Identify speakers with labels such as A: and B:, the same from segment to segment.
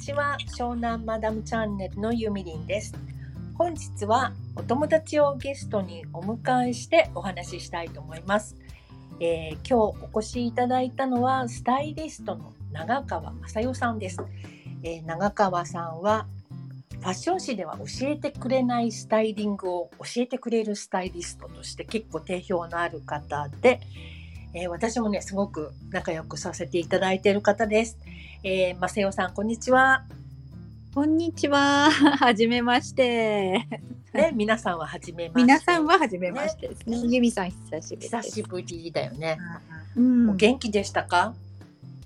A: ちは湘南マダムチャンネルのゆみりんです本日はお友達をゲストにお迎えしてお話ししたいと思います、えー今日お越しいただいたのはスタイリストの長川雅代さんです、えー長川さんはファッション誌では教えてくれないスタイリングを教えてくれるスタイリストとして結構定評のある方で、えー私もねすごく仲良くさせていただいている方です。えー、マセオさんこんにちは。
B: こんにちは。 はじめまして。
A: ね皆さんは初めまして。
B: 皆さんははじめましてですね。ゆみさん久しぶり
A: 久
B: です。
A: しぶりだよね。
B: うん
A: お元気でしたか？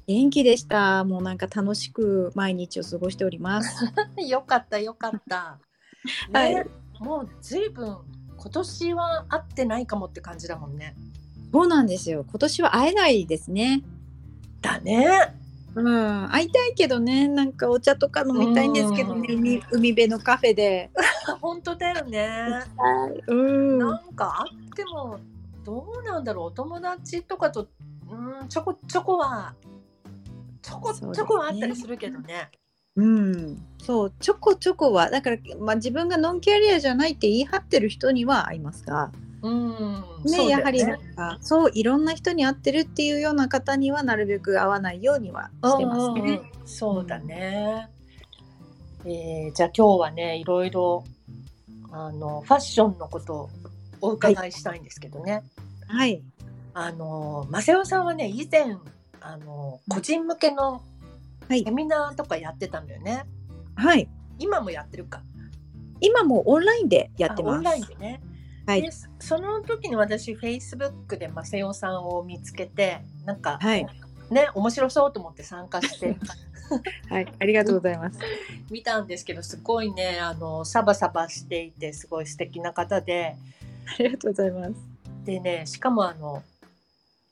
B: 元気でした。もうなんか楽しく毎日を過ごしております。
A: よかったよかった。ね、
B: はい
A: もうずいぶん今年は会ってないかもって感じだもんね。
B: そうなんですよ。今年は会えないですね。
A: だね。
B: うん、会いたいけどね、なんかお茶とか飲みたいんですけどね、
A: うん
B: 海海辺のカフェで。
A: 本当だよね。
B: うん、うん
A: なんかあってもどうなんだろうお友達とかとうんちょこちょこはちょこち
B: そうですね
A: ょこはあったりするけどね。
B: そう、ちょこちょこは、だから、まあ、自分がノンキャリアじゃないって言い張ってる人には会いますが。
A: うん
B: ね
A: そうだよ
B: やはりなんかそういろんな人に会ってるっていうような方にはなるべく会わないようにはしてます
A: うんうんう
B: ね。
A: んそうだね。えーじゃあ今日はねいろいろあのファッションのことをお伺いしたいんですけどね。
B: はい。
A: あのマセオさんはね以前あの個人向けの
B: はい
A: セミナーとかやってたんだよね。
B: はい。
A: 今もやってるか。
B: 今もオンラインでや
A: あ
B: ってます。
A: オンラインでね。
B: はい
A: でその時に私フェイスブックでマセオさんを見つけてなんか、
B: はい
A: ね面白そうと思って参加して
B: はい。ありがとうございます。
A: 見たんですけどすごいねあのサバサバしていてすごい素敵な方で
B: ありがとうございます。
A: でねしかもあの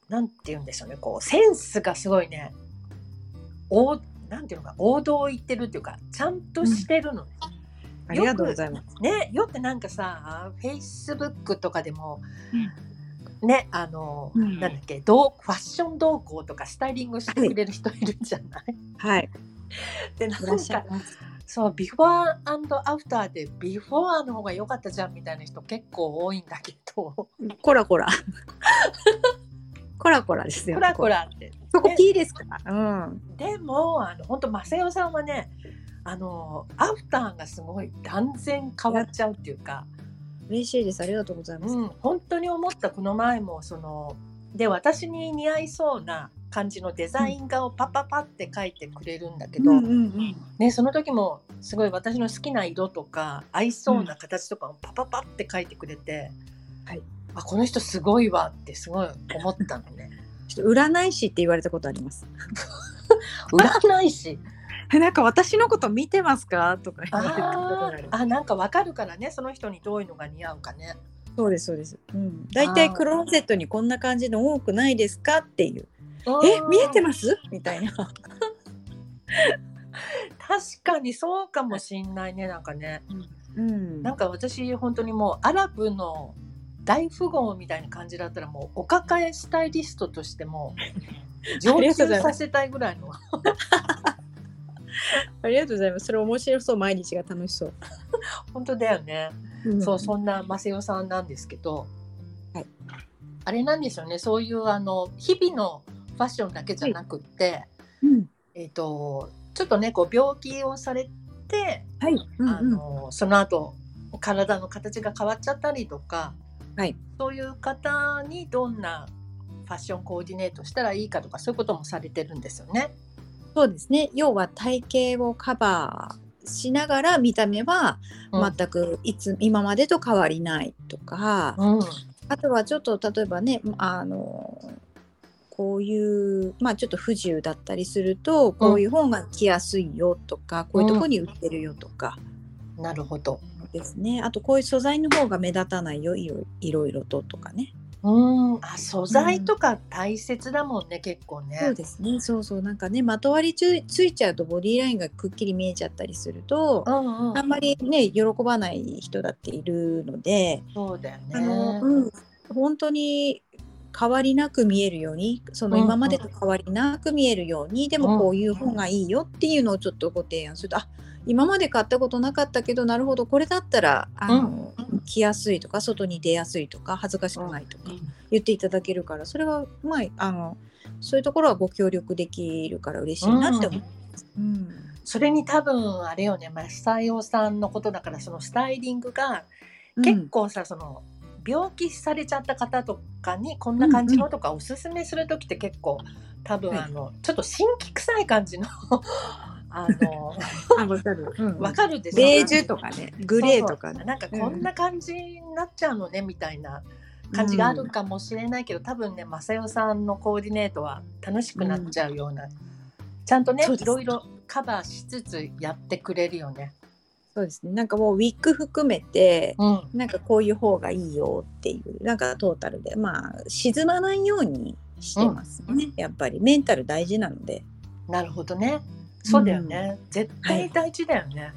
A: なんて言うんでしょうねこうセンスがすごいね王なんていうのか王道を言ってるっていうかちゃんとしてるの、
B: ありがとうございます。
A: ねよってなんかさフェイスブックとかでも、ねあの、
B: うん
A: なんだっけどうファッション動向とかスタイリングしてくれる人いるじゃない、
B: はい。
A: でなん
B: いらっ
A: か
B: しゃいます。
A: そうビフォーアフターでビフォーの方が良かったじゃんみたいな人結構多いんだけどこ
B: コラコ ラ。コラコラですよ。
A: らこ
B: ラ。
A: らって
B: そこ P ですから。うん。
A: でもあの本当マセオさんはねあのアフターがすごい断然変わっちゃうっていうか、
B: 嬉しいです。ありがとうございます。
A: うん、本当に思ったこの前もそので私に似合いそうな感じのデザイン画をパパパって描いてくれるんだけど、
B: うんうんうん
A: ね、その時もすごい私の好きな色とか合いそうな形とかをパパパって書いてくれて、
B: うんはい
A: あこの人すごいわってすごい思ったの ね
B: ちょっと占い師って言われたことあります。
A: 占い師
B: えなんか私のこと見てますかとか言われたことが
A: あ
B: あります
A: ーあなんかわかるからねその人にどういうのが似合うかね
B: そうですそうです。うん。大体クローゼットにこんな感じの多くないですかっていう。え見えて
A: す
B: ますみたいな。
A: 確かにそうかもしんないねなんかね
B: うん。
A: なんか私本当にもうアラブの大富豪みたいな感じだったらもうお抱えスタイリストとして も
B: あ
A: 上
B: り
A: 級
B: がとうございま
A: させたいぐらいの
B: ありがとうございます。それ面白そう毎日が楽しそう。
A: 本当だよね。
B: ん
A: そうそんなマセオさんなんですけど、
B: はい
A: あれなんですよねそういうあの日々のファッションだけじゃなくって、
B: うん。
A: えっ、とちょっとねこう病気をされて、
B: はい。うん
A: あのその後体の形が変わっちゃったりとか、
B: はい
A: そういう方にどんなファッションコーディネートしたらいいかとかそういうこともされてるんですよね。
B: そうですね。要は体型をカバーしながら見た目は
A: うん
B: 全くいつ、今までと変わりないとか、
A: うん
B: あとはちょっと例えばねあのこういうまあちょっと不自由だったりするとこういう本が来やすいよとか、こういうとこに売ってるよとか
A: なるほど。
B: ですねあとこういう素材の方が目立たないよいろいろいろととかね、
A: うんあ素材とか大切だもんね、結構ね。
B: そうですねそうそうなんかねまとわりつついちゃうとボディラインがくっきり見えちゃったりすると、
A: うんうん
B: あんまりね喜ばない人だっているので、
A: そうだよね。
B: あの、うん、本当に変わりなく見えるようにその
A: うんうん
B: 今までと変わりなく見えるように、で
A: うん
B: もこういう本がいいよっていうのをちょっとご提案するとあ今まで買ったことなかったけどなるほどこれだったらあの、来やすいとか外に出やすいとか恥ずかしくないとか言っていただけるからそれはまああのそういうところはご協力できるから嬉しいなって思います。うん
A: それに多分あれよね、まあ、久用さんのことだからそのスタイリングが
B: うん
A: 結構さ、その病気されちゃった方とかにこんな感じのとかおすすめする時って結構多分
B: はい
A: あの、ちょっと新規臭い感じの あの
B: あわかる。うん
A: わかるでしょ
B: ベージュとかね、グレーとか
A: そうそう
B: ね。
A: なんかこんな感じになっちゃうのね、みたいな感じがあるかもしれないけど、多分ね正代さんのコーディネートは楽しくなっちゃうような、ちゃんとね
B: そうで
A: い
B: す
A: ろいろカバーしつつやってくれるよね。
B: そうですね。なんかもうウィッグ含めて、
A: うん
B: なんかこういう方がいいよっていう、なんかトータルで、まあ沈まないようにしてますね。やっぱりメンタル大事なので。
A: なるほどね。そうだよね。絶対大事だよね。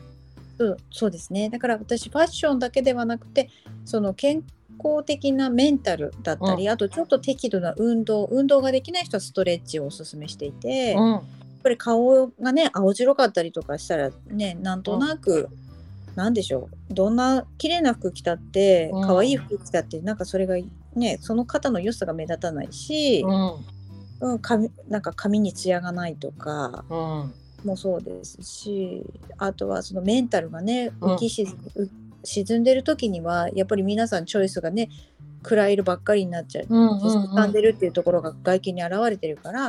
B: そうそうですね。だから私ファッションだけではなくて、その健康的なメンタルだったり、あとちょっと適度な運動、運動ができない人はストレッチをおすすめしていて、やっ
A: うん。
B: ぱり顔がね青白かったりとかしたらね、なんとなく。なんでしょうどんな綺麗な服着たって
A: うん
B: 可愛い服着たってなんかそれがねその方の良さが目立たないし、
A: うん。
B: うん、髪なんか髪に艶がないとか
A: うん。
B: もそうですしあとはそのメンタルがね
A: うん
B: 浮き沈,、う沈んでる時にはやっぱり皆さんチョイスがね暗い色ばっかりになっちゃう
A: うんうん
B: 沈んでるっていうところが外見に現れてるから、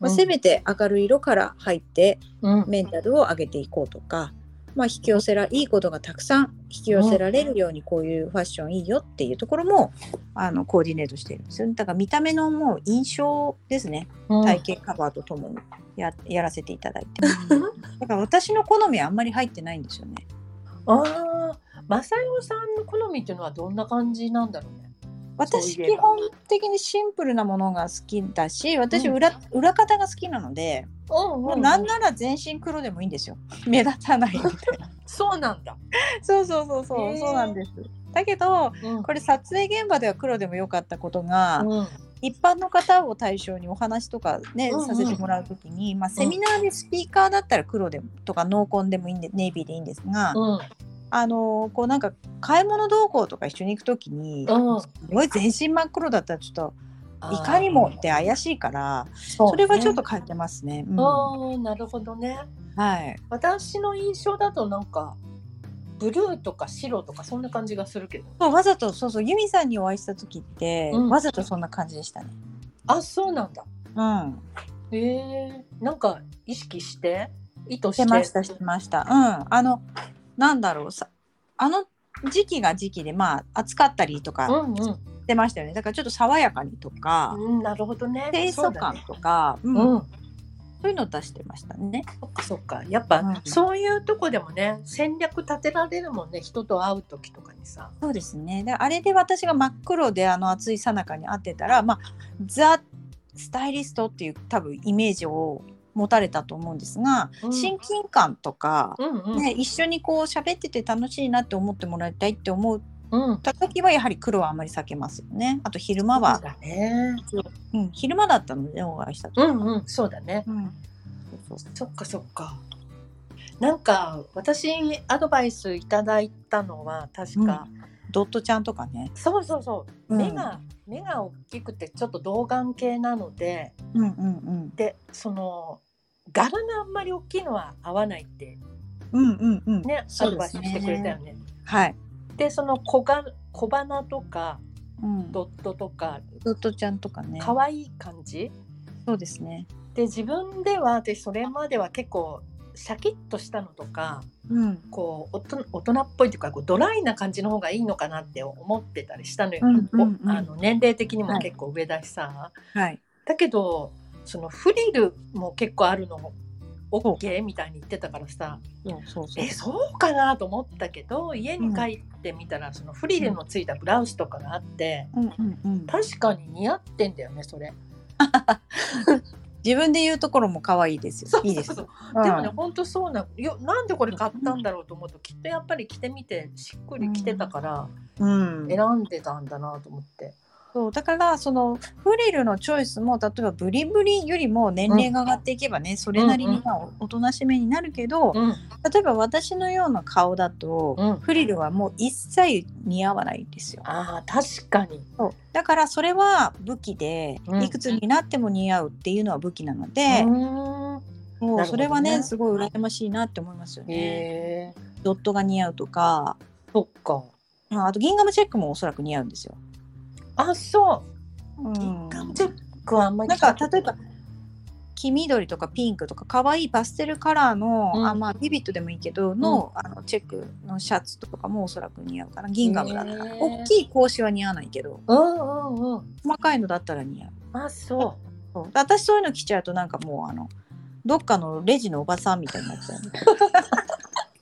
B: まあ、
A: うん
B: せめて明るい色から入って
A: うん。
B: メンタルを上げていこうとか、まあ、引き寄せらいいことがたくさん引き寄せられるようにこういうファッションいいよっていうところもあのコーディネートしてるんですよねだから見た目のもう印象ですね
A: うん
B: 体型カバーとともにややらせて いただいてだから私の好みはあんまり入ってないんですよね。
A: ああ、マサヨさんの好みっていうのはどんな感じなんだろうね。
B: 私
A: そういえ
B: 基
A: ば
B: 本的にシンプルなものが好きだし私
A: うん
B: 裏,、裏方が好きなので、
A: うん
B: もうなんなら全身黒でもいいんですよ目立 たないみたいな
A: そうなんだ。
B: そうそうそうそう、
A: へー
B: そうなんですだけど
A: うん。
B: これ撮影現場では黒でもよかったことが、
A: うん。
B: 一般の方を対象にお話とかね、
A: うんうん
B: させてもらうときに、まあ、セミナーでスピーカーだったら黒でもとか濃紺でもいいんでネイビーでいいんですが、
A: うん。
B: あのこうなんか買い物同行とか一緒に行くときに、
A: うん
B: すごい全身真っ黒だったらちょっと
A: あー
B: いかにもって怪しいから
A: そ
B: それはちょっ
A: と。
B: と変えてますね。うんは
A: ああ、なるほどね。
B: い、
A: 私の印象だとなんか。ブルーとか白とかそんな感じがするけど。
B: そうわざとそうそうユミさんにお会いした時って、
A: うん
B: わざとそんな感じでしたね。
A: あ、そうなんだ。
B: うん、
A: ええー、なんか意識して意図
B: し
A: してて
B: ましたしてました。うん、あのなんだろうさあの時期が時期でまあ暑かったりと
A: う
B: か
A: んうん
B: してましたよね。だからちょっと爽やかにとか、
A: うん、なるほどね。
B: 清
A: そう
B: 楚
A: だね
B: 感とか、うん
A: う
B: そ
A: ん、
B: ういうのを出してましたね。
A: そっかそっかやっぱ、
B: うん
A: そういうとこでもね戦略立てられるもんね人と会う時とかにさ
B: そうですね。であれで私が真っ黒であの暑い最中に会ってたら、まあザスタイリストっていう多分イメージを持たれたと思うんですが、
A: うん
B: 親近感とか。
A: うんうん、
B: ね、一緒にこう喋ってて楽しいなって思ってもらいたいって思う
A: うん
B: た時はやはり黒はあんまり避けますよね。あと昼間は
A: そう、だね
B: うん昼間だったのでお会いした時。
A: うんうんそうだね
B: うんそうそう
A: そっかそっかなんか私アドバイスいただいたのは確か、
B: ドットちゃんとかね。
A: そうそうそう
B: うん
A: 目が、目が大きくてちょっと童顔系なので
B: うんうん
A: でその柄があんまり大きいのは合わないって
B: うん。うんうんうん。
A: ねア
B: そう
A: ドバ
B: で
A: イス
B: す
A: してくれたよ。ね。
B: はい。
A: でその小が小花とか
B: うんド
A: ドットとか
B: ットちゃんとかね。
A: 可愛い感じ
B: そうですね。
A: で自分ではでそれまでは結構シャキッとしたのとか
B: うん。
A: こうおと大人っぽいというかこうドライな感じの方がいいのかなって思ってたりしたのよ、
B: うんうんうん
A: おあの年齢的にも
B: はい
A: 結構上だしさ、
B: はい。
A: だけどそのフリルも結構あるのも OK みたいに言ってたからさ
B: そうそうそう
A: え。そうかなと思ったけど家に帰ってみたらそのフリルのついたブラウスとかがあって
B: うんうんうん。
A: 確かに似合ってんだよねそれ。
B: 自分で言うところも可愛いですよ。いいで
A: そ
B: す。
A: うそう
B: うん
A: でもね、本当そうなのよなんでこれ買ったんだろうと思うときっとやっぱり着てみてしっくりきてたから
B: うん。
A: 選んでたんだなと思って、
B: そうだからそのフリルのチョイスも例えばブリブリよりも年齢が上がっていけばね、それなりにまあおおとなしめになるけど、
A: うん
B: 例えば私のような顔だと、
A: うん
B: フリルはもう一切似合わないんですよ
A: あー確かに
B: そうだからそれは武器で、
A: うん
B: いくつになっても似合うっていうのは武器なの
A: う
B: で、
A: ーん
B: も
A: なる
B: う
A: ほどね
B: それはねすごい羨ましいなって思いますよね。
A: へえ
B: ドットが似合うとか、
A: そっか
B: まあ、あとギンガムチェックもおそらく似合うんですよ。
A: あそう
B: う
A: 一
B: ん、
A: 貫チェックはあんまり
B: なんか例えば黄緑とかピンクとか可愛いパステルカラーの、
A: うん
B: あまあビビットでもいいけどの,、あのチェックのシャツとかもおそらく似合うかなギンガムだったら
A: へー
B: 大きい格子は似合わないけど
A: うんうんうん
B: 細かいのだったら似合う
A: あそ
B: そうで私そういうの着ちゃうとなんかもうあのどっかのレジのおばさんみたいになっ ちゃう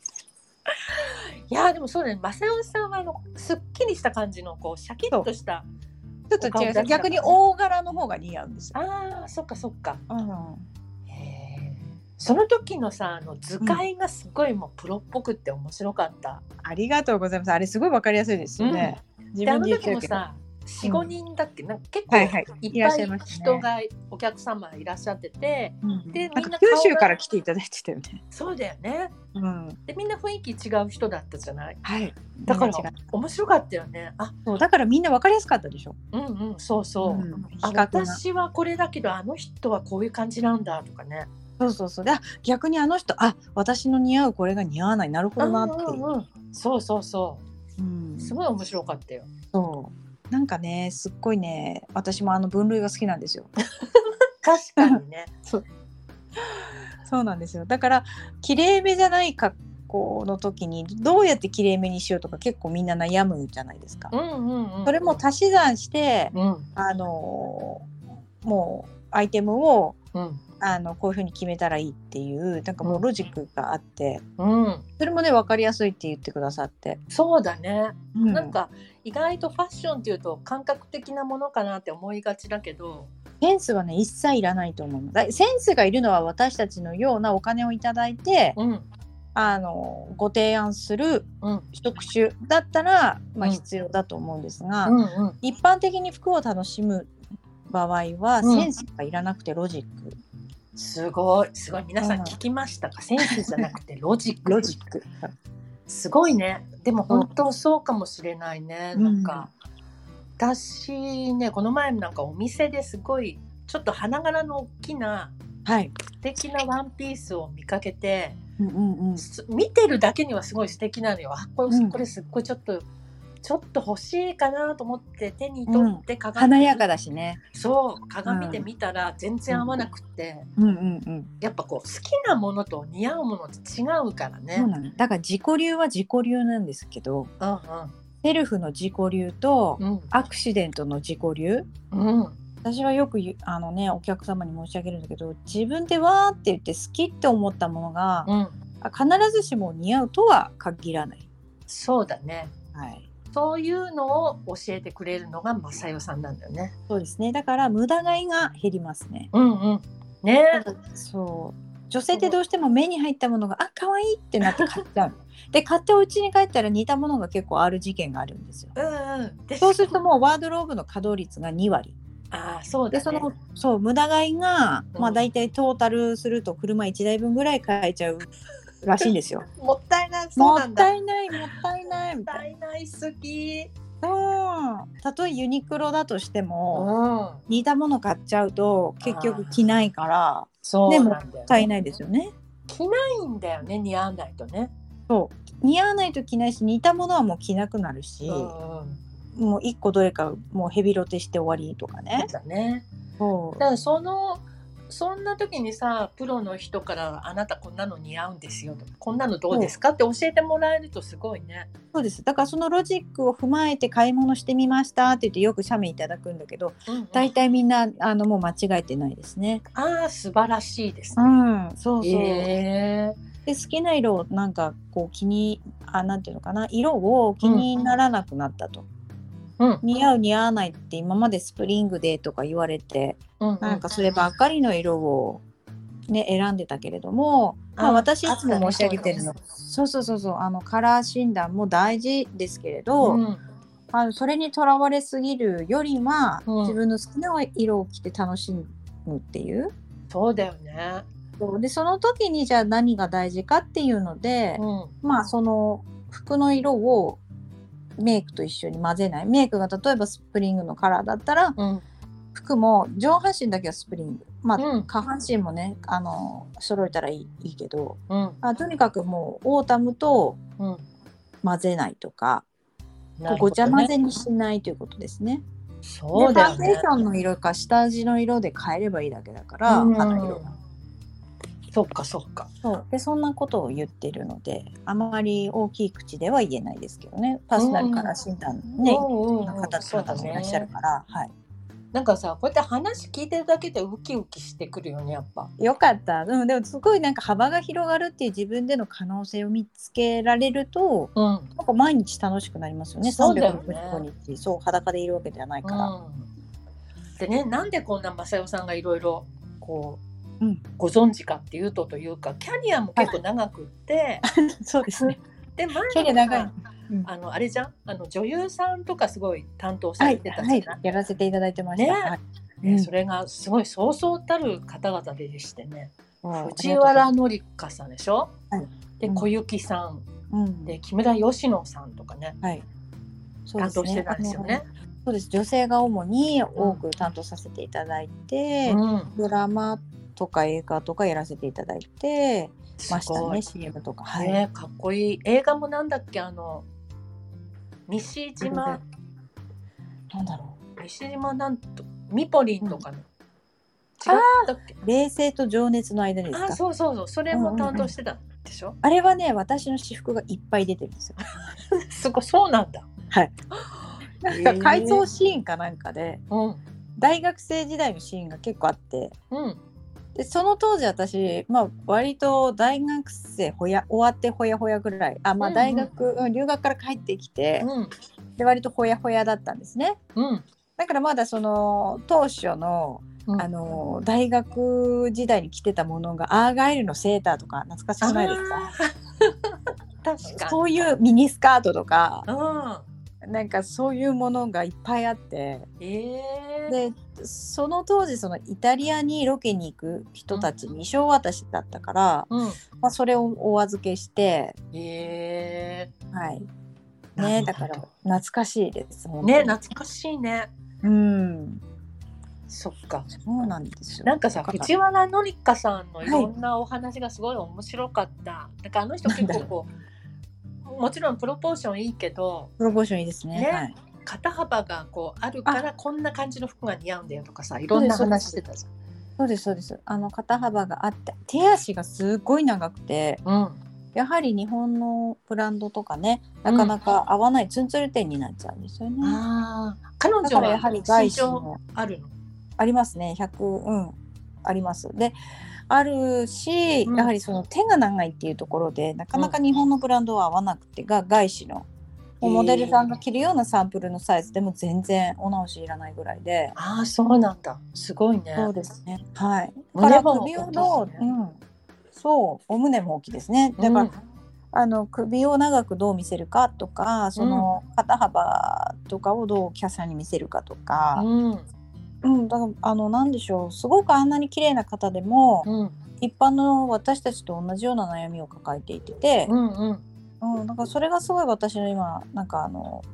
A: ういやーでもそうだね正雄さんはあのすっきりした感じのこうシャキッとした
B: ちょっと違う逆に大柄の方が似合うんですよ、
A: あーそっかそっか
B: うん、
A: へえその時のさあの図解がすごいもうプロっぽくって面白かった、
B: ありがとうございますあれすごいわかりやすいですよね、自
A: であ
B: 分
A: の
B: で言っち
A: 時
B: ゃう
A: も
B: けど
A: さ45人だっけなんか結構
B: はいはい
A: い
B: い
A: っ
B: らっ
A: ぱ
B: しゃい
A: い
B: ました
A: 人
B: ね
A: がお客様いらっしゃってて
B: うん
A: で
B: な
A: み
B: ん
A: ん
B: か
A: な
B: 九
A: 顔が
B: 州から来ていただいてたよね。
A: そうだよね
B: うん、
A: でみんな雰囲気違う人だったじゃない
B: はい。
A: だから
B: みんな違う
A: 面白かったよねあ
B: そうだからみんなわかりやすかったでしょ。
A: うんうんそうそう、
B: ん、比
A: あ
B: 較が。
A: 私はこれだけどあの人はこういう感じなんだとかね
B: そうそうそう。であ逆にあの人あ私の似合うこれが似合わないなるほどなっていう。
A: うんうんそうそうそ
B: うん
A: うすごい面白かったよ
B: そう。なんかねすっごいね私もあの分類が好きなんですよ。
A: 確かにね
B: そうなんですよ。だから綺麗めじゃない格好の時にどうやって綺麗めにしようとか結構みんな悩むじゃないですか。
A: うんうん、うん、
B: それも足し算して、
A: うん
B: あのーもうアイテムを
A: うん
B: あのこういうふうに決めたらいいっていうなんかもうロジックがあって、
A: うん
B: それもね分かりやすいって言ってくださって、
A: そうだね、
B: うん
A: なんか意外とファッションっていうと感覚的なものかなって思いがちだけど
B: センスはね一切いらないと思うのだセンスがいるのは私たちのようなお金をいただいて、
A: うん
B: あのご提案する
A: うん
B: 職種だったら、まあ、
A: うん
B: 必要だと思うんですが、
A: うんうん
B: 一般的に服を楽しむ場合は、
A: うん
B: センスがいらなくてロジック
A: すごいすごい皆さん
B: うん
A: 聞きましたかセンスじゃなくて ロジック
B: ロジック。
A: すごいねでも本当そうかもしれないね、
B: うん
A: なんか私ねこの前なんかお店ですごいちょっと花柄の大きな
B: はい、
A: 素敵なワンピースを見かけて
B: うんうんうん
A: す見てるだけにはすごい素敵なのよあこれ,、
B: うん
A: これすっごいちょっとちょっと欲しいかなと思って手に取って鏡,、
B: 華やかだしね。
A: そう鏡で見たら全然合わなくって、
B: うんうんうん。
A: やっぱこう好きなものと似合うものって違うからね。
B: そうなのだから自己流は自己流なんですけどセルフの自己流と
A: うん
B: アクシデントの自己流
A: うんうん
B: 私はよく言うあの、ね、お客様に申し上げるんだけど自分でわーって言って好きって思ったものが、
A: うん
B: あ必ずしも似合うとは限らない。
A: そうだね。
B: はい
A: そういうのを教えてくれるのがマサヨさんなんだよね。
B: そうですねだから無駄買いが減りますね。
A: うんうん。ね。
B: そう女性ってどうしても目に入ったものがあ可愛いってなって買っちゃう。で買ってお家に帰ったら似たものが結構ある事件があるんですよ。
A: うんうん。で
B: そうするともうワードローブの稼働率が2割。
A: ああそうだ
B: で
A: ね。
B: そのそう無駄買いが、
A: うん
B: まあ大体トータルすると車1台分ぐらい買えちゃうらしいんですよ。
A: もったいない。
B: も
A: そうな
B: っ
A: んだ。
B: た
A: も
B: いないもったいないみ
A: った
B: い
A: たいない好き。
B: な。うんたとえユニクロだとしても、
A: ん。
B: 似たもの買っちゃうと結局着ないから
A: そう
B: でも
A: なんだ
B: も
A: よ、
B: った
A: ね。
B: いないですよね。
A: 着ないんだよね似合わないとね。
B: そう似合わないと着ないし似たものはもう着なくなるし、
A: うんうん。
B: もう1個どれかもうヘビロテして終わりとか
A: そ
B: ね
A: う。だね。
B: そ
A: だからそのそんな時にさプロの人から「あなたこんなの似合うんですよ」とか「こんなのどうですか?」って教えてもらえるとすごいね。
B: うそうですだからそのロジックを踏まえて買い物してみましたって言ってよく写メいただくんだけど
A: うんうん
B: 大体みんなあのもう間違えてないですね。
A: ああ素晴らしいです
B: う
A: ね。
B: ん、そうそう。
A: え
B: で好きな色をなんかこう気にあなんていうのかな色を気にならなくなったと、
A: うん
B: 似合う似合わないって今までスプリングデーとか言われて、
A: うんうん、
B: なんかそればっかりの色をね選んでたけれども、ま
A: あ
B: あ、私いつも申し上げてる
A: あ
B: の
A: ったね
B: そうそうそうそうあのカラー診断も大事ですけれど、
A: うん
B: あのそれにとらわれすぎるよりは、
A: うん
B: 自分の好きな色を着て楽しむっていう
A: そうだよね。
B: でその時にじゃあ何が大事かっていうので、
A: うん
B: まあその服の色をメイクと一緒に混ぜないメイクが例えばスプリングのカラーだったら
A: うん
B: 服も上半身だけはスプリング、まあ
A: うん
B: 下半身もねあの揃えたらいいいいけど
A: うん
B: あとにかくもうオータムと
A: うん。
B: 混ぜないとか、
A: なる
B: こうご
A: ほ
B: ちゃ
A: ど
B: 混
A: ね。
B: ぜにしないということですね。
A: そう
B: でフ
A: だよ
B: ァンデー
A: ね
B: シ。ョンの色か下地の色で変えればいいだけだから、
A: うん
B: 肌色が
A: そっかそっか。
B: そうでそんなことを言ってるのであまり大きい口では言えないですけどねパーソナルカラー診断ね、
A: うんうんうん
B: の方
A: そうだ
B: 々もいらっしゃる
A: ね。
B: から、はい、
A: なんかさ、こうやって話聞いてるだけでウキウキしてくるよね、やっぱ。
B: よかった、うん、でもすごいなんか幅が広がるっていう自分での可能性を見つけられると
A: うん。
B: なんか毎日楽しくなりますよね
A: そうだよね
B: 365日そう裸でいるわけではないから。
A: うん、でね、なんでこんな正代さんがいろいろこう、
B: うん
A: ご存知かっていうとというか、キャリアも結構長くって、
B: そうですね。
A: で前
B: キャリア
A: もさ
B: 長い。うん
A: あのあれじゃん、あの女優さんとかすごい担当さ
B: は
A: れ
B: い、
A: てたじゃ
B: は
A: ない
B: い、やらせていただいてました。
A: ね
B: はい
A: ね
B: うん
A: それがすごいそうそうたる方々でしてね、
B: もう
A: 藤原紀香さんでしょ、
B: はい
A: で
B: うん
A: 小雪さん、
B: うん、
A: で木村佳乃さんとかね
B: はい。そう
A: 担
B: です
A: 当して
B: ね。
A: たんですよね。
B: そうです。女性が主に多く担当させていただいて、
A: うん、
B: ドラマとか映画とかやらせていただいてまし
A: す
B: た
A: ごい
B: ね。、CM とか。はい。
A: ね、かっこいい映画もなんだっけあの西島
B: なんだろ
A: 西島なんとミポリンとかの、違ったっけ
B: う。冷静と情熱の間にです
A: あ
B: か。
A: そうそうそうそれも担当してたんでしょ、
B: あれはね、私の私服がいっぱい出てるんですよ。
A: すごいそうなんだ
B: はい。
A: なん
B: なんか 回想シーンかなんかで、
A: うん
B: 大学生時代のシーンが結構あって。
A: うん
B: でその当時私、まあ、割と大学生ほや終わってほやほやぐらいあ、ま
A: う
B: あ、
A: んうん
B: 大学、うん留学から帰ってきて
A: うん
B: で割とほやほやだったんですね
A: うん
B: だからまだその当初の
A: うん
B: あの大学時代に着てたものがアーガイルのセーターとか懐かしくないですか
A: あー 確かに
B: そういうミニスカートとか
A: うん
B: なんかそういうものがいっぱいあって
A: ええ
B: でその当時そのイタリアにロケに行く人たちに衣装渡しだったから、
A: うん
B: まあ、それをお預けして
A: え
B: はい。
A: え
B: ね、だから懐かしいです。本当
A: ね
B: に
A: 懐かしいね
B: うん、
A: そっか
B: そうなんですよ。
A: なんかさ
B: だら
A: 藤原紀香さんのいろんなお話がすごい面白かった、なんかあの人結構こうもちろんプロポーションいいけど
B: プロポーションいいですね。
A: ね
B: はい。
A: 肩幅がこうあるからこんな感じの服が似合うんだよとかさいろんな話してたじ
B: そうですそうです。あの肩幅があって、手足がすごい長くて、
A: ゃん。うん
B: やはり日本のブランドとかね、なかなか合わないツンツル店になっちゃうんですよね。
A: ああ彼
B: だ
A: 女
B: か
A: は
B: らやはり外
A: 身
B: 資
A: 長
B: も
A: あるの。
B: ありますね。100うんあります。で。あるし、
A: うん
B: やはりその手が長いっていうところでなかなか日本のブランドは合わなくてが外資のもうモデルさんが着るようなサンプルのサイズでも全然お直しいらないぐらいで、
A: ああそうなんだすごいね。
B: そうですねはいだか
A: 胸
B: ら
A: も
B: 首を
A: 大
B: ど
A: きいし
B: う、う
A: ね
B: ん、そうお胸も大きいですねだから、
A: うん
B: あの首を長くどう見せるかとかその肩幅とかをどうキャサに見せるかとか、
A: うん
B: うんだからあのなんでしょうすごくあんなに綺麗な方でも、
A: うん
B: 一般の私たちと同じような悩みを抱えていてて、
A: うんうん
B: うん、だからそれがすごい私の今なんかあの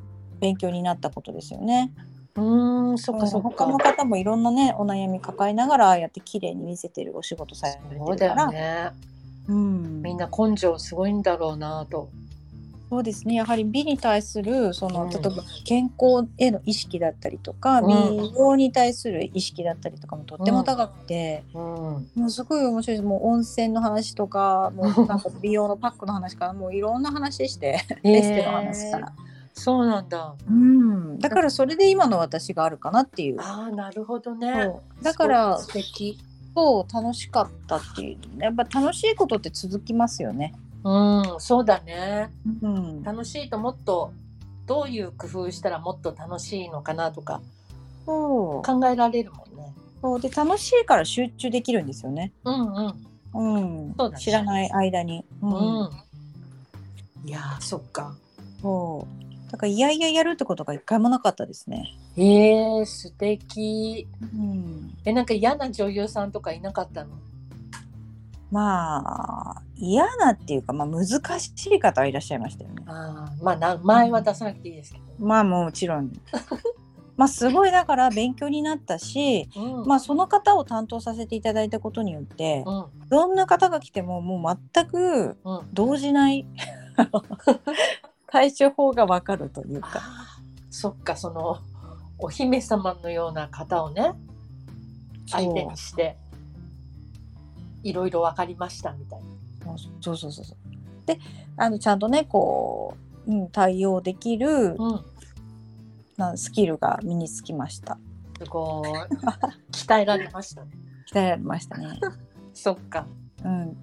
B: 勉強になったことですよね。
A: うーんそっ
B: う
A: か
B: ん
A: そっ
B: 他の
A: か。
B: 方もいろんなねお悩み抱えながらああやって綺麗に見せてるお仕事されてる
A: そう
B: か
A: だ
B: ら
A: よね。
B: うん
A: みんな根性すごいんだろうなと。
B: そうですねやはり美に対するその、
A: うん
B: 例えば健康への意識だったりとか、
A: うん
B: 美容に対する意識だったりとかもとっても高くて、
A: うん
B: もうすごい面白いですもう温泉の話とかもうなんか美容のパックの話からもういろんな話して エステの話から
A: へー。そうなんだ。
B: うん、だからそれで今の私があるかなっていう。
A: ああなるほど
B: そ
A: ね。
B: うだから
A: 素敵。
B: そう楽しかったっていうやっぱ楽しいことって続きますよね。
A: うんそうだね。
B: うん、
A: 楽しいともっとどういう工夫したらもっと楽しいのかなとか
B: そう
A: 考えられるもんね。
B: そうで楽しいから集中できるんですよね。
A: うんうん。
B: うん
A: そうだね
B: 知らない間に。う
A: うん、いやーそっか
B: そう
C: だからいやいややるってことが一回もなかったですね。
A: えー、素敵
C: うん、
A: えなんか嫌な女優さんとかいなかったの
C: まあ嫌なっていうか、まあ、難しい方はいらっしゃいましたよね。
A: あーまあ名前は出さなくていいですけ
C: まあもちろ ん。まあすごいだから勉強になったし、
A: ど、うん、
C: まあ、その方を担当させていただいたことによって
A: うん
C: どんな方が来てももう全く
A: うん
C: 動じない 対処法がわかるというか。
A: あーそっかそのお姫様のような方をね相手にしていろいろ分かりましたみたいな。
C: もうそうそうそうそう。であのちゃんとねこう、うん、対応できる
A: うん、
C: なスキルが身につきました。
A: すごい鍛えられましたね。
C: 鍛えられましたね。
A: そっか。
C: うん、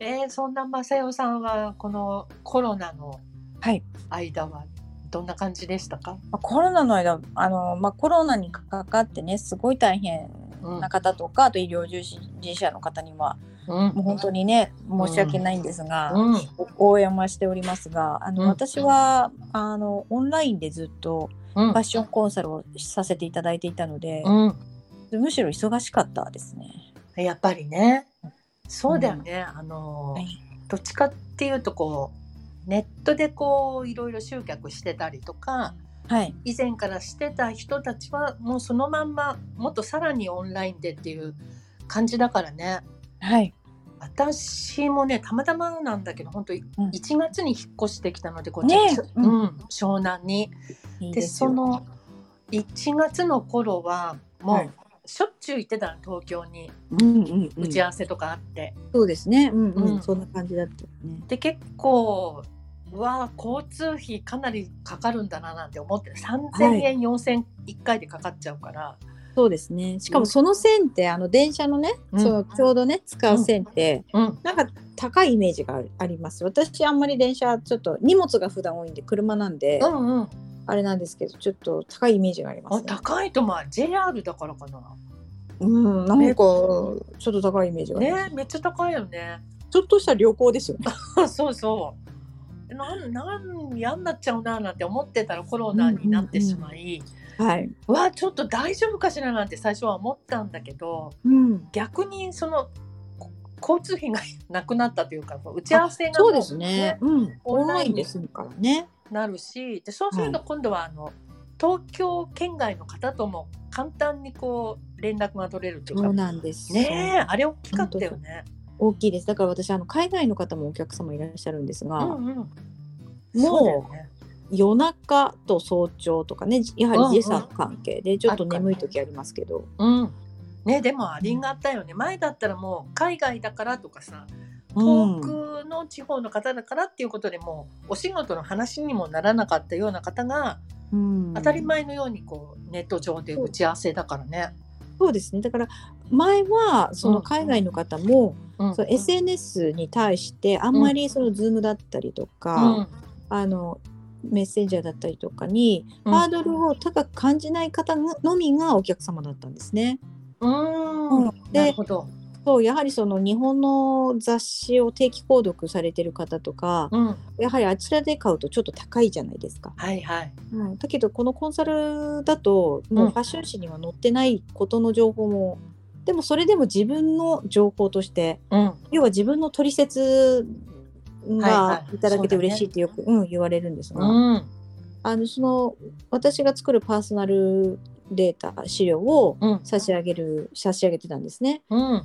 A: えー、そんなマサヨさんはこのコロナの
C: はい。
A: 間はどんな感じでしたか？
C: まあコロナの間あの、まあ、コロナにかかってねすごい大変
A: うん
C: な方とか、あと医療従事者の方には
A: うん
C: もう本当にね申し訳ないんですが、
A: うん
C: 応援はしておりますがあの、
A: うん
C: 私はあのオンラインでずっと
A: う
C: フ
A: ん
C: ァッションコンサルをさせていただいていたので、
A: うん
C: むしろ忙しかったですね。
A: やっぱりね。そうだよね。あの
C: はい
A: どっちかっていうとこうネットでこういろいろ集客してたりとか
C: はい、
A: 以前からしてた人たちはもうそのまんまもっとさらにオンラインでっていう感じだからね。
C: はい、
A: 私もねたまたまなんだけど本当
C: うん
A: 1月に引っ越してきたのでこっち、
C: ねえ
A: うん湘南に。
C: いい
A: で
C: ですよ
A: その1月の頃は
C: は
A: も
C: いう
A: しょっちゅう行ってたの東京に
C: うんうんう
A: 打
C: ん、
A: ち合わせとかあって、
B: そうですね。うんうん、
A: うん
B: そんな感じだったよね。
A: で結構うわあ交通費かなりかかるんだななんて思って3,000円、4,000 1回でかかっちゃうから。
B: そうですね。しかもその線って、あの電車のね、
A: うん
B: そのちょうどね使う線って、
A: うん
B: なんか高いイメージがあるあります。私あんまり電車ちょっと荷物が普段多いんで車なんで、
A: うんうん、
B: あれなんですけど、ちょっと高いイメージがありま
A: あ
B: す、ね。
A: 高いとまあ JR だからかな
B: うん、なんかちょっと高いイメージがあります。
A: ねめっちゃ高いよね
B: ちょっとした旅行ですよね。
A: そうそう。なん、なん、嫌になっちゃうななんて思ってたら、コロナになってしまい。
B: はい。
A: うわ、ちょっと大丈夫かしらなんて最初は思ったんだけど、
B: うん。
A: 逆にその。こ交通費がなくなったというか、こう打ち合わせがも
B: そうですね。うん。
A: オ
B: オ
A: ン
B: ン
A: ラ
B: ラ
A: イ
B: イ
A: ン
B: ン
A: で
B: ですからね。
A: なるし、で、そうすると今度はあの。東京圏外の方とも簡単にこう連絡が取れるという
B: そ
A: か
B: う。なんです。
A: ねえ、あれ大きかったよね。
B: 大きいです。だから私あの海外の方もお客様いらっしゃるんです
A: う
B: が、
A: んうん。そうだよ
B: もう
A: ね。
B: 夜中と早朝とかね、やは
A: うんうん
B: り時差の関係でちょっと眠い時ありますけど、
A: うん。ね、でもありがたいよね。前だったらもう海外だからとかさ、
C: うん
A: 遠くの地方の方だからっていうことでもうお仕事の話にもならなかったような方が
B: うん
A: 当たり前のようにこうネット上で打ち合わせだからね。
B: そうですね。だから前はその海外の方も、
A: うん
B: その SNS に対してあんまりその Zoom だったり
A: う
B: と
A: ん
B: か、あのメッセンジャーだったりとかに
A: うん
B: ハードルを高く感じない方のみがお客様だったんですね。
A: うん
B: うん
A: な
B: で
A: るほど。
B: そうやはりその日本の雑誌を定期購読されてる方とか
A: うん、
B: やはりあちらで買うとちょっと高いじゃないですか。
A: はいはい。
B: だけどこのコンサルだとも
A: うん
B: うファッション誌には載ってないことの情報も、でもそれでも自分の情報として
A: うん、
B: 要は自分の取説
A: は
B: が
A: いはい
B: いただけて嬉し
A: そ
B: いってよく、うん、言われるんですが、
A: うん、
B: あのその私が作るパーソナルデータ資料を
A: うん、
B: 差し上げる差し上げてたんですね。
A: うん、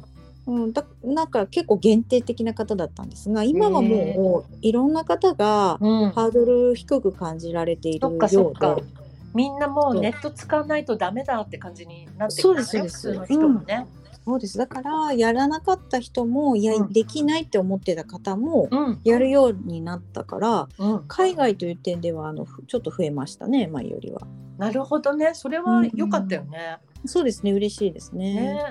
B: うん、だなんか結構限定的な方だったんですが今は
A: へ
B: もういろんな方が
A: うん。
B: ハードル低く感じられている
A: そ
B: よ
A: っ
B: う
A: か
B: で
A: そっか。みんなもうネット使わないとダメだって感じになってきたね。
B: そうですそうです
A: 普通の人もね。
B: そうですだからやらなかった人もいや、
A: うん
B: できないって思ってた方も
A: うん、
B: やるようになったから
A: うん。
B: 海外という点ではあのふちょっと増えましたね前よりは。
A: なるほどね。それは良かったよね。
B: そうですね嬉しいですね。
A: ね。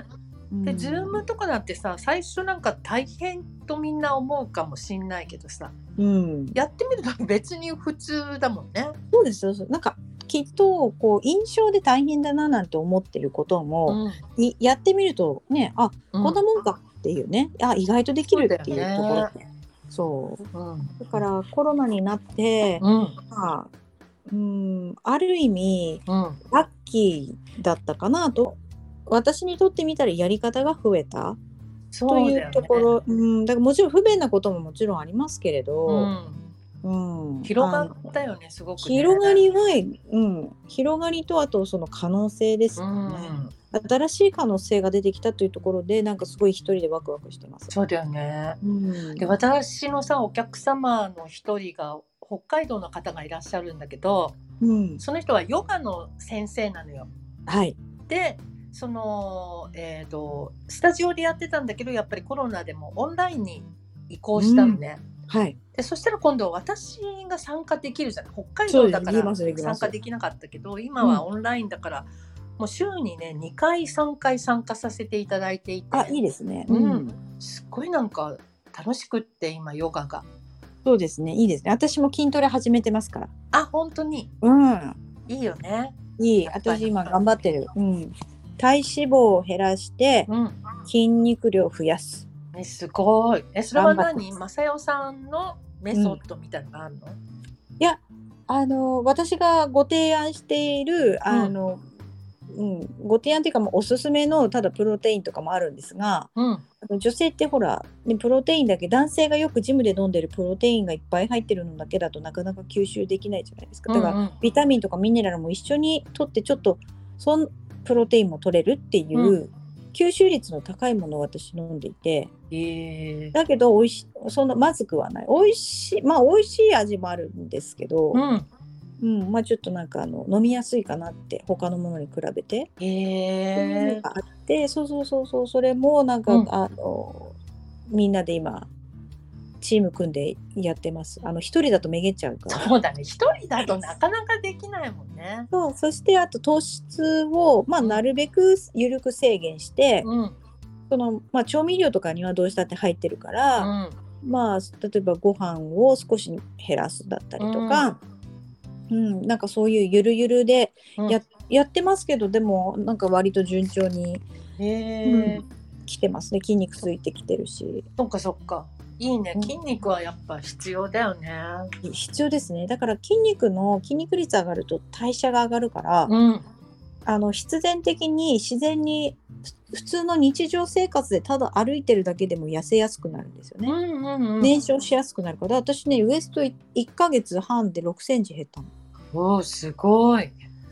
B: うん
A: で、ズームとかだってさ、最初なんか大変とみんな思うかもしんないけどさ、
B: うん、
A: やってみると別に普通だもんね。
B: そうですよそうなんかきっとこう印象で大変だななんて思ってることも、
A: ん。
B: いやってみるとねあこ
A: こ
B: んなもんかっていうね、あ意外とできるって
A: そう
B: い
A: だ
B: う
A: よね
B: ところでそう,、
A: うん。
B: だからコロナになって、
A: うん。
B: まあうんある意味
A: うん
B: ラッキーだったかなと私にとってみたらやり方が増えたと
A: そう
B: い
A: だよ
B: う
A: ね
B: ところう、ん、だからもちろん不便なことももちろんありますけれ
A: う
B: ど、
A: ん、
B: うん
A: 広が
B: あの
A: ったよねすごくね、
B: 広がりは、うん、広がりとあとその可能性です
A: う
B: よね、
A: ん、
B: 新しい可能性が出てきたというところでなんかすごい一人でワクワクしてます。
A: そうだよね
B: うん
A: で私のさお客様の一人が北海道の方がいらっしゃるんだけど
B: うん、
A: その人はヨガの先生なのよ。
B: はい、
A: でその、えー、とスタジオでやってたんだけどやっぱりコロナでもオンラインに移行したのね。
B: はい、
A: でそしたら今度私が参加できるじゃない北海
B: そう
A: 道
B: で
A: だ
B: す
A: か
B: で
A: ら
B: きますできます
A: 参加できなかったけど今はオンラインだから、もう週にね2回3回参加させていただいていて
B: あいいですね。
A: うんすっごいなんか楽しくって今ヨガが。
B: そうですね、いいですね。私も筋トレ始めてますから。
A: あ本当に
B: うん、
A: いいよね。
B: いい。
A: やっぱり
B: 私今頑張ってる。うん。体脂肪を減らして
A: うん、
B: 筋肉量を増やす。
A: ねすごい。えそれは
B: 頑張っ
A: 何マサヨさんのメソッドみたいなのがあるの、
B: あの私がご提案しているあの、うん、ご提案っていうかもうおすすめのただプロテインとかもあるんですが、
A: うん
B: あの女性ってほら、ね、プロテインだけ男性がよくジムで飲んでるプロテインがいっぱい入ってるのだけだとなかなか吸収できないじゃないですかだから、
A: うんうん
B: ビタミンとかミネラルも一緒に取ってちょっとそんプロテインも取れるっていう、
A: う
B: 吸収率の高いものを私飲んでいて
A: えー
B: だけど美味しそんなまずくはない美味しいまあ美味しい味もあるんですけど、
A: うん
B: うんまあちょっとなんかあの飲みやすいかなって他のものに比べて。っていう
A: え
B: の
A: ー
B: があってそうそうそうそうそれもなんか、
A: うん
B: あのみんなで今チーム組んでやってますあの一人だとめげちゃうから
A: そうだね一人だとなかなかできないもんね。
B: そうそしてあと糖質を、まあ、なるべく緩く制限して、
A: うんうん
B: そのまあ、調味料とかにはどうしたって入ってるから、まあ例えばご飯を少し減らすだったりとか、うんなんかそういうゆるゆるで
A: うん
B: や,、やってますけどでもなんか割と順調に
A: えー
B: 来てますね筋肉ついてきてるし。
A: そっかそっかいいね
B: うん
A: 筋肉はやっぱ必要だよね。
B: 必要ですねだから筋肉の筋肉率上がると代謝が上がるから、
A: うん
B: あの必然的に自然にふ普通の日常生活でただ歩いてるだけでも痩せやすくなるんですよ
A: うん
B: ね、
A: うんうん。
B: 燃焼しやすくなるから私ねウエスト1ヶ月半で6センチ減ったの
A: おーすごい。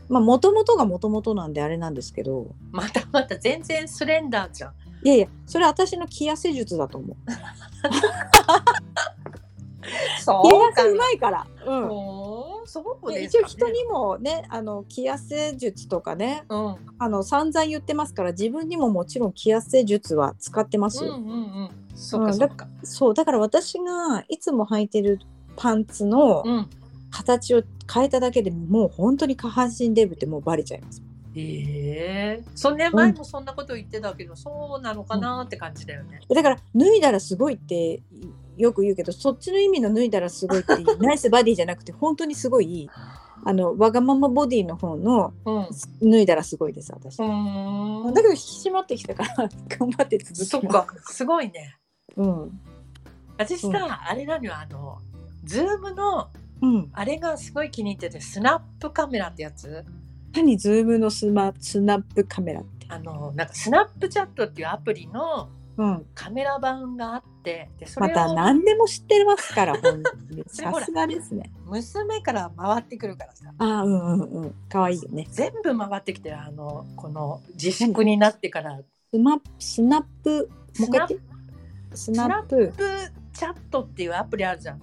B: まあもともとがもともとなんであれなんですけど
A: またまた全然スレンダーじゃん。
B: いやいやそれ私の気痩せ術だと思う
A: そか
B: 気痩せう
A: な。
B: まいから、うん
A: おーそう
B: で
A: です
B: 一応
A: かね
B: 人にもねあの気痩せ術とかね
A: うんうん
B: あの散々言ってますから自分にももちろん気痩せ術は使ってます
A: う
B: よ、
A: んうん。そうかそうか。
B: そうだから私がいつも履いてるパンツの
A: うん。
B: 形を変えただけでもう本当に下半身デブってもうバレちゃいます
A: ええー。それ前もそんなこと言ってたけど、そうなのかなって感じだよね。
B: だから脱いだらすごいってよく言うけどそっちの意味の脱いだらすごいっていうナイスバディじゃなくて本当にす ごいあのわがままボディの方の
A: うん。う
B: 脱いだらすごいです私、
A: ーん
B: だけど引き締まってきたから頑張って続
A: そっ
B: けます
A: か、すごいね。
B: うん
A: 私さ、
B: うん
A: あれなのよ、あの、ズームの、
B: うん、
A: あれがすごい気に入ってて、スナップカメラってやつ。
B: 何ズームのスマスナップカメラって
A: あの、なんかスナップチャットっていうアプリの
B: うん、
A: カメラ版があって、で、そ
B: ま
A: れ
B: た
A: を
B: 何でも知ってますから、本当に
A: それほ
B: さ
A: ら
B: すがですね。
A: 娘から回ってくるからさ。
B: ああ、うんうんうん、可愛いよね。
A: 全部回ってきて、あの、この自粛になってから、
B: スマスナップ、もう一回言って。ス
A: ナップ
B: ナップ
A: スナッ、プチャットっていうアプリあるじゃん。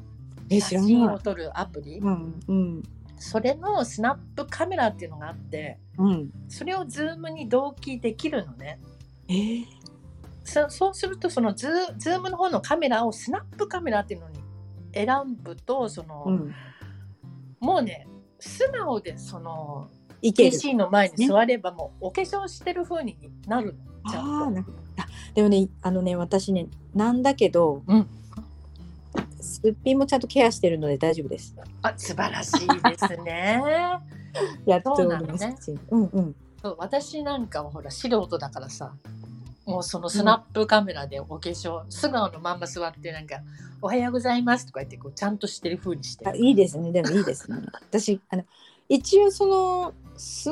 B: え、知
A: 写
B: ら
A: 真
B: な
A: を
B: い。
A: 撮るアプリ。
B: うんうん
A: それのスナップカメラっていうのがあって、
B: うん。
A: それをズームに同期できるのね。
B: えー、
A: そそうするとそのズーズームの方のカメラをスナップカメラっていうのに選ぶとその、
B: うん。
A: もうね素直でその
B: いける。
A: PC の前に座ればもうお化粧してる風になるのちゃ
B: ああ、
A: んと
B: なるほど。あ、でもね、あのね、私ね、なんだけど、
A: うん
B: すっぴんもちゃんとケアしてるので大丈夫です。
A: あ素晴らしいですね
B: やっており
A: そうな
B: ま
A: の
B: す。
A: ね
B: うんうん。
A: そう私なんかはほら素人だからさもうそのスナップカメラでお化粧、素顔のまんま座ってなんか「おはようございます」とか言ってこうちゃんとしてる風にして
B: あいいですねでもいいですね私あの一応そのす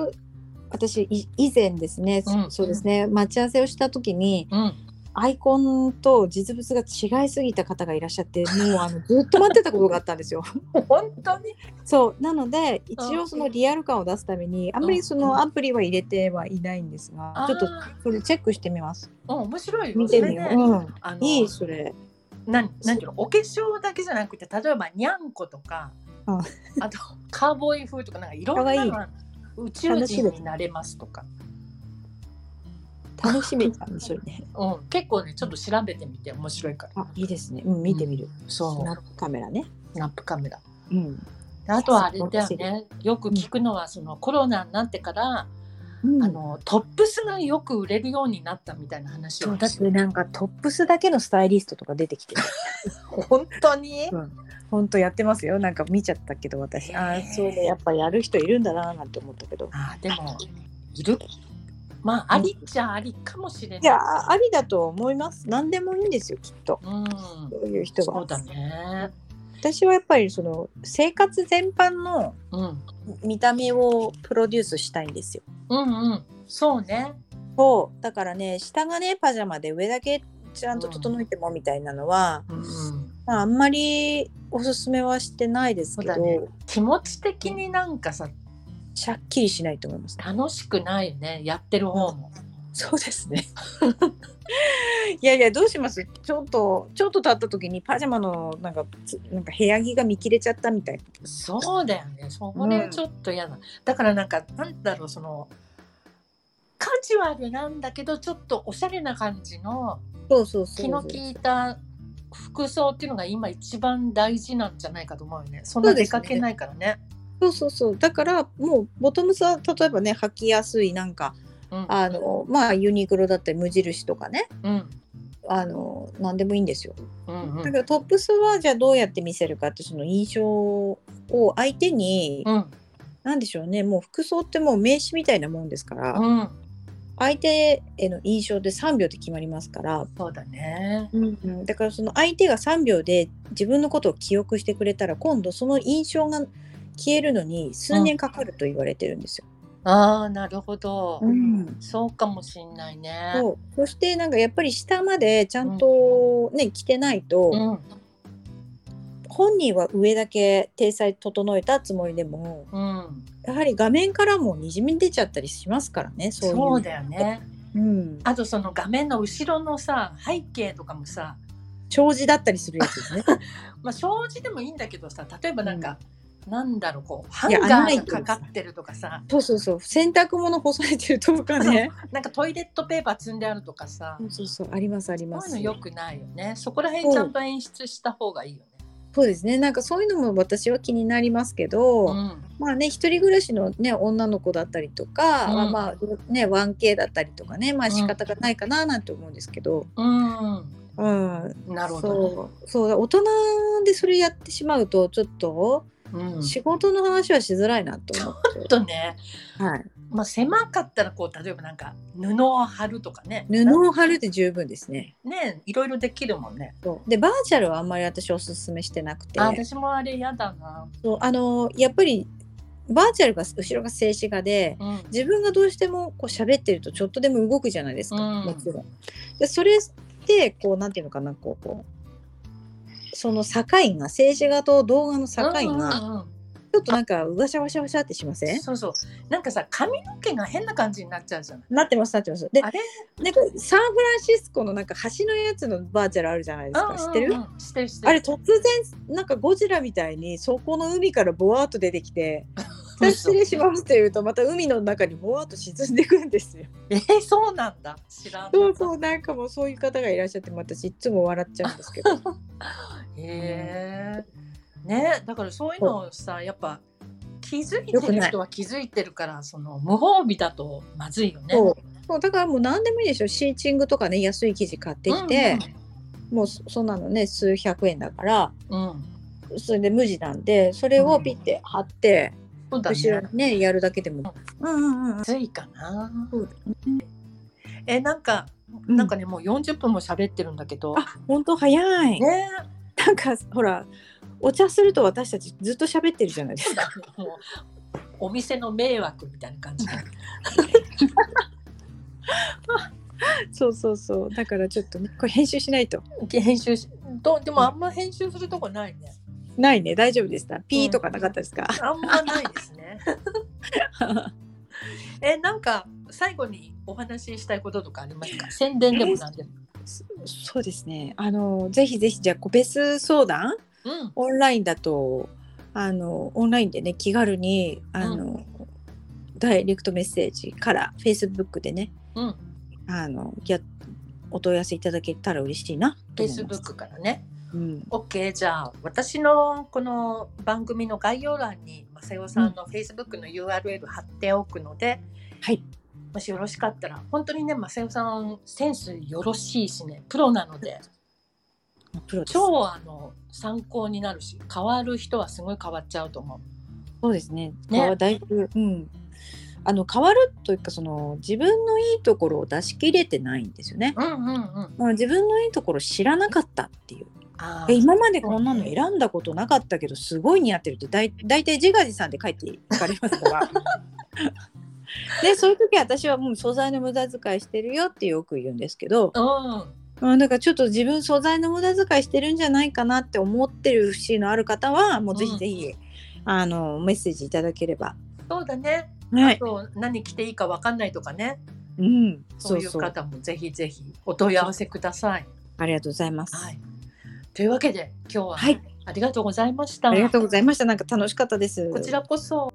B: 私い以前ですね、そ
A: うん
B: そうですね待ち合わせをした時に
A: うん、
B: アイコンと実物が違いすぎた方がいらっしゃってもうあのずっと待ってたことがあったんですよ。
A: 本当に、
B: そうなので一応そのリアル感を出すためにあんまりそのアプリは入れてはいないんですがちょっと
A: あ
B: それチェックしてみます。
A: ーうん、面白いよ
B: 見てみよ
A: それ
B: う。
A: ね
B: うん
A: あの
B: いいそれ。
A: なんなんていうのお化粧だけじゃなくて例えばにゃんことか
B: うん
A: あとカーボーイ風とかなんかいろんなのが宇宙人になれますとか、
B: 楽しみだねそれ ね。
A: うん、結構ねちょっと調べてみて面白いから
B: あいいですね。うん見てみる。
A: そ
B: スナ
A: う
B: ップカメラね。
A: スナップカメラ
B: うん。
A: あとはあれだよねよく聞くのはそのコロナになってから、あのトップスがよく売れるようになったみたいな話
C: そ
A: を
C: うだってなんかトップスだけのスタイリストとか出てきてる
A: 本当に
C: 本当やってますよなんか見ちゃったけど私あ
A: へ
C: あ
A: ー
C: そうねやっぱやる人いるんだななんて思ったけど
A: あーでもいるまあありっちゃありかもしれない
B: いやあありだと思います。何でもいいんですよきっと。
A: うん
B: そういう人
A: そう
B: は。
A: だね
B: 私はやっぱりその生活全般の
A: うん
B: 見た目をプロデュースしたいんですよ。
A: うんうんそうね
B: そうだからね下がねパジャマで上だけちゃんと整えてもみたいなのは、
A: うん
B: まあ、あんまりおすすめはしてないですけど、
A: そうだね気持ち的になんかさ
B: しゃっきりしないと思います。
A: 楽しくないよねやってる方も
B: そうですね。 いやいやどうしますちょっとちょっと経った時にパジャマのなんかつなんか部屋着が見切れちゃったみたいな。
A: そうだよねそれちょっと嫌だ、だからなんかなんだろうそのカジュアルなんだけどちょっとおしゃれな感じの
B: そうそうそう
A: 気の利いた服装っていうのが今一番大事なんじゃないかと思うよねそん
B: そ
A: な
B: うで
A: 出
B: す
A: か
B: ね
A: けないからね
B: そうそうそうだからもうボトムスは例えばね履きやすいなんか
A: うん
B: あのまあユニクロだったり無印とかね
A: うん
B: あの何でもいいんですよ。
A: うんう
B: だけ
A: ん
B: どトップスはじゃあどうやって見せるかってその印象を相手に
A: うん
B: 何でしょうねもう服装ってもう名刺みたいなもんですから
A: うん
B: 相手への印象で3秒で決まりますから。
A: そうだね
B: うんだからその相手が3秒で自分のことを記憶してくれたら今度その印象が消えるのに数年かかると言われてるんですよ。
A: ああなるほど、
B: うん
A: そうかもしんないね
B: そうそしてなんかやっぱり下までちゃんとね、着てないと、
A: うん
B: 本人は上だけ体裁整えたつもりでも
A: うん
B: やはり画面からもにじみ出ちゃったりしますからねそういう
A: そうだよね
B: うん、
A: あとその画面の後ろのさ背景とかもさ、
B: 障子だったりするやつで すね。
A: まあ、障子でもいいんだけどさ例えばなんか、なんだろうこうハン
B: いや
A: ガー
B: 穴
A: が
B: 開いてる
A: かかってるとかさ
B: そうそうそう洗濯物干されてるとかね。
A: なんかトイレットペーパー積んであるとかさ
B: そうそうそうありますありま
A: そう
B: す。
A: いうのよくないよねそこら辺ちゃんと演出した方がいいよね。
B: そうですねなんかそういうのも私は気になりますけど、
A: うん
B: まあね一人暮らしのね女の子だったりとか、
A: うん
B: まあまあね 1K だったりとかねまあ仕方がないかななんて思うんですけど。
A: うん、
B: うん、
A: なるほど、ね
B: そうそう大人でそれやってしまうとちょっと
A: うん、ち
B: 仕事の話はしづらいなと思
A: ょっ
B: って、
A: とね、
B: はい、
A: まあ、狭かったらこう例えばなんか布を貼るとかね
B: 布を貼るで十分ですね
A: ねいろいろできるもんね。
B: そうでバーチャルはあんまり私おすすめしてなくて
A: あ
B: あ
A: 私もあれ嫌だな。
B: そうあのやっぱりバーチャルが後ろが静止画で
A: うん
B: 自分がどうしてもこう喋ってるとちょっとでも動くじゃないですか、
A: うん
B: もちろん。でそれでこうなんていうのかなこうこうその境が静止画と動画の境が、
A: うんうんうん
B: ちょっとなんかうわしゃわしゃわしゃってしません
A: そうそうなんかさ髪の毛が変な感じになっちゃうじゃない
B: なってますなってますで
A: あれ
B: なんかサンフランシスコのなんか橋のやつのバーチャルあるじゃないですか、知ってる、
A: うんうんうん知ってる知ってる
B: あれ突然なんかゴジラみたいにそこの海からボワーっと出てき て「
A: 嘘
B: 失礼します」って言うとまた海の中にボワーっと沈んでいくん ですよ。
A: えーそうなんだ知らん
B: そうそうなんかもうそういう方がいらっしゃって私いつも笑っちゃうんですけ ど
A: へえねだからそういうのをさやっぱ気づい
B: よ
A: て
B: く
A: る
B: ない
A: 人は気づいてるからその無防備だとまずいよね
B: そうそうだからもう何でもいいでしょシーチングとかね安い生地買ってきて、もうそそんなのね数百円だから
A: うんうん、うん
B: それで無地なんでそれをピッて貼って、
A: そうだ
B: 後ろ
A: ね
B: にねやるだけでも、うんうんうん、
A: ついかな
B: そうだ
A: えなんか
B: うん
A: なんかね、もう40分も喋ってるんだけど
B: あ本当早い、
A: ね
B: なんかほらお茶すると私たちずっと喋ってるじゃないですか
A: もうお店の迷惑みたいな感じ
B: そうそうそうだからちょっとねこれ編集しないと
A: 編集しどうでもあんま編集するとこないね
B: ないね大丈夫でしたピーとかなかったですか、
A: あんまないですねえなんか最後にお話ししたいこととかありますか 宣伝でもなんでも
B: そうですねあのぜひぜひじゃあ個別相談
A: うん
B: オンラインだとあのオンラインでね気軽にあの、ダイレクトメッセージから Facebook でね
A: うん
B: あのやお問い合わせいただけたら嬉しいなと思います。
A: Facebook からね
B: うん、
A: OK じゃあ私のこの番組の概要欄に正代さんの Facebook の URL 貼っておくので、
B: はい
A: もしよろしかったら本当にね正代さんセンスよろしいしねプロなの で
B: プロです
A: 超あの参考になるし変わる人はすごい変わっちゃうと思
B: そうですね。
A: ね
B: ねだいぶ、うん、あの変わるというかその自分のいいところを出し切れてないんですよね。
A: う。うんうんうん。
B: まあ、自分のいいところ知らなかったっていう
A: あ
B: え
A: ー
B: 今までこんなの選んだことなかったけどすごい似合ってるってだい大体自画自賛で帰っていかれますから でそういう時私はもう素材の無駄遣いしてるよってよく言うんですけど、
A: うん。
B: うん、だからちょっと自分素材の無駄遣いしてるんじゃないかなって思ってる節のある方はもうぜひぜひ、あのメッセージいただければ。
A: そうだね。
B: は
A: あ
B: い、
A: と何着ていいかわかんないとかね。
B: うん、
A: そ
B: そうう
A: いう
B: そう
A: 方もぜひぜひお問い合わせください。
B: ありがとうございます。
A: はい。というわけで今日は
B: はい、
A: ありがとうございました。
B: ありがとうございました。なんか楽しかったです。
A: こちらこそ。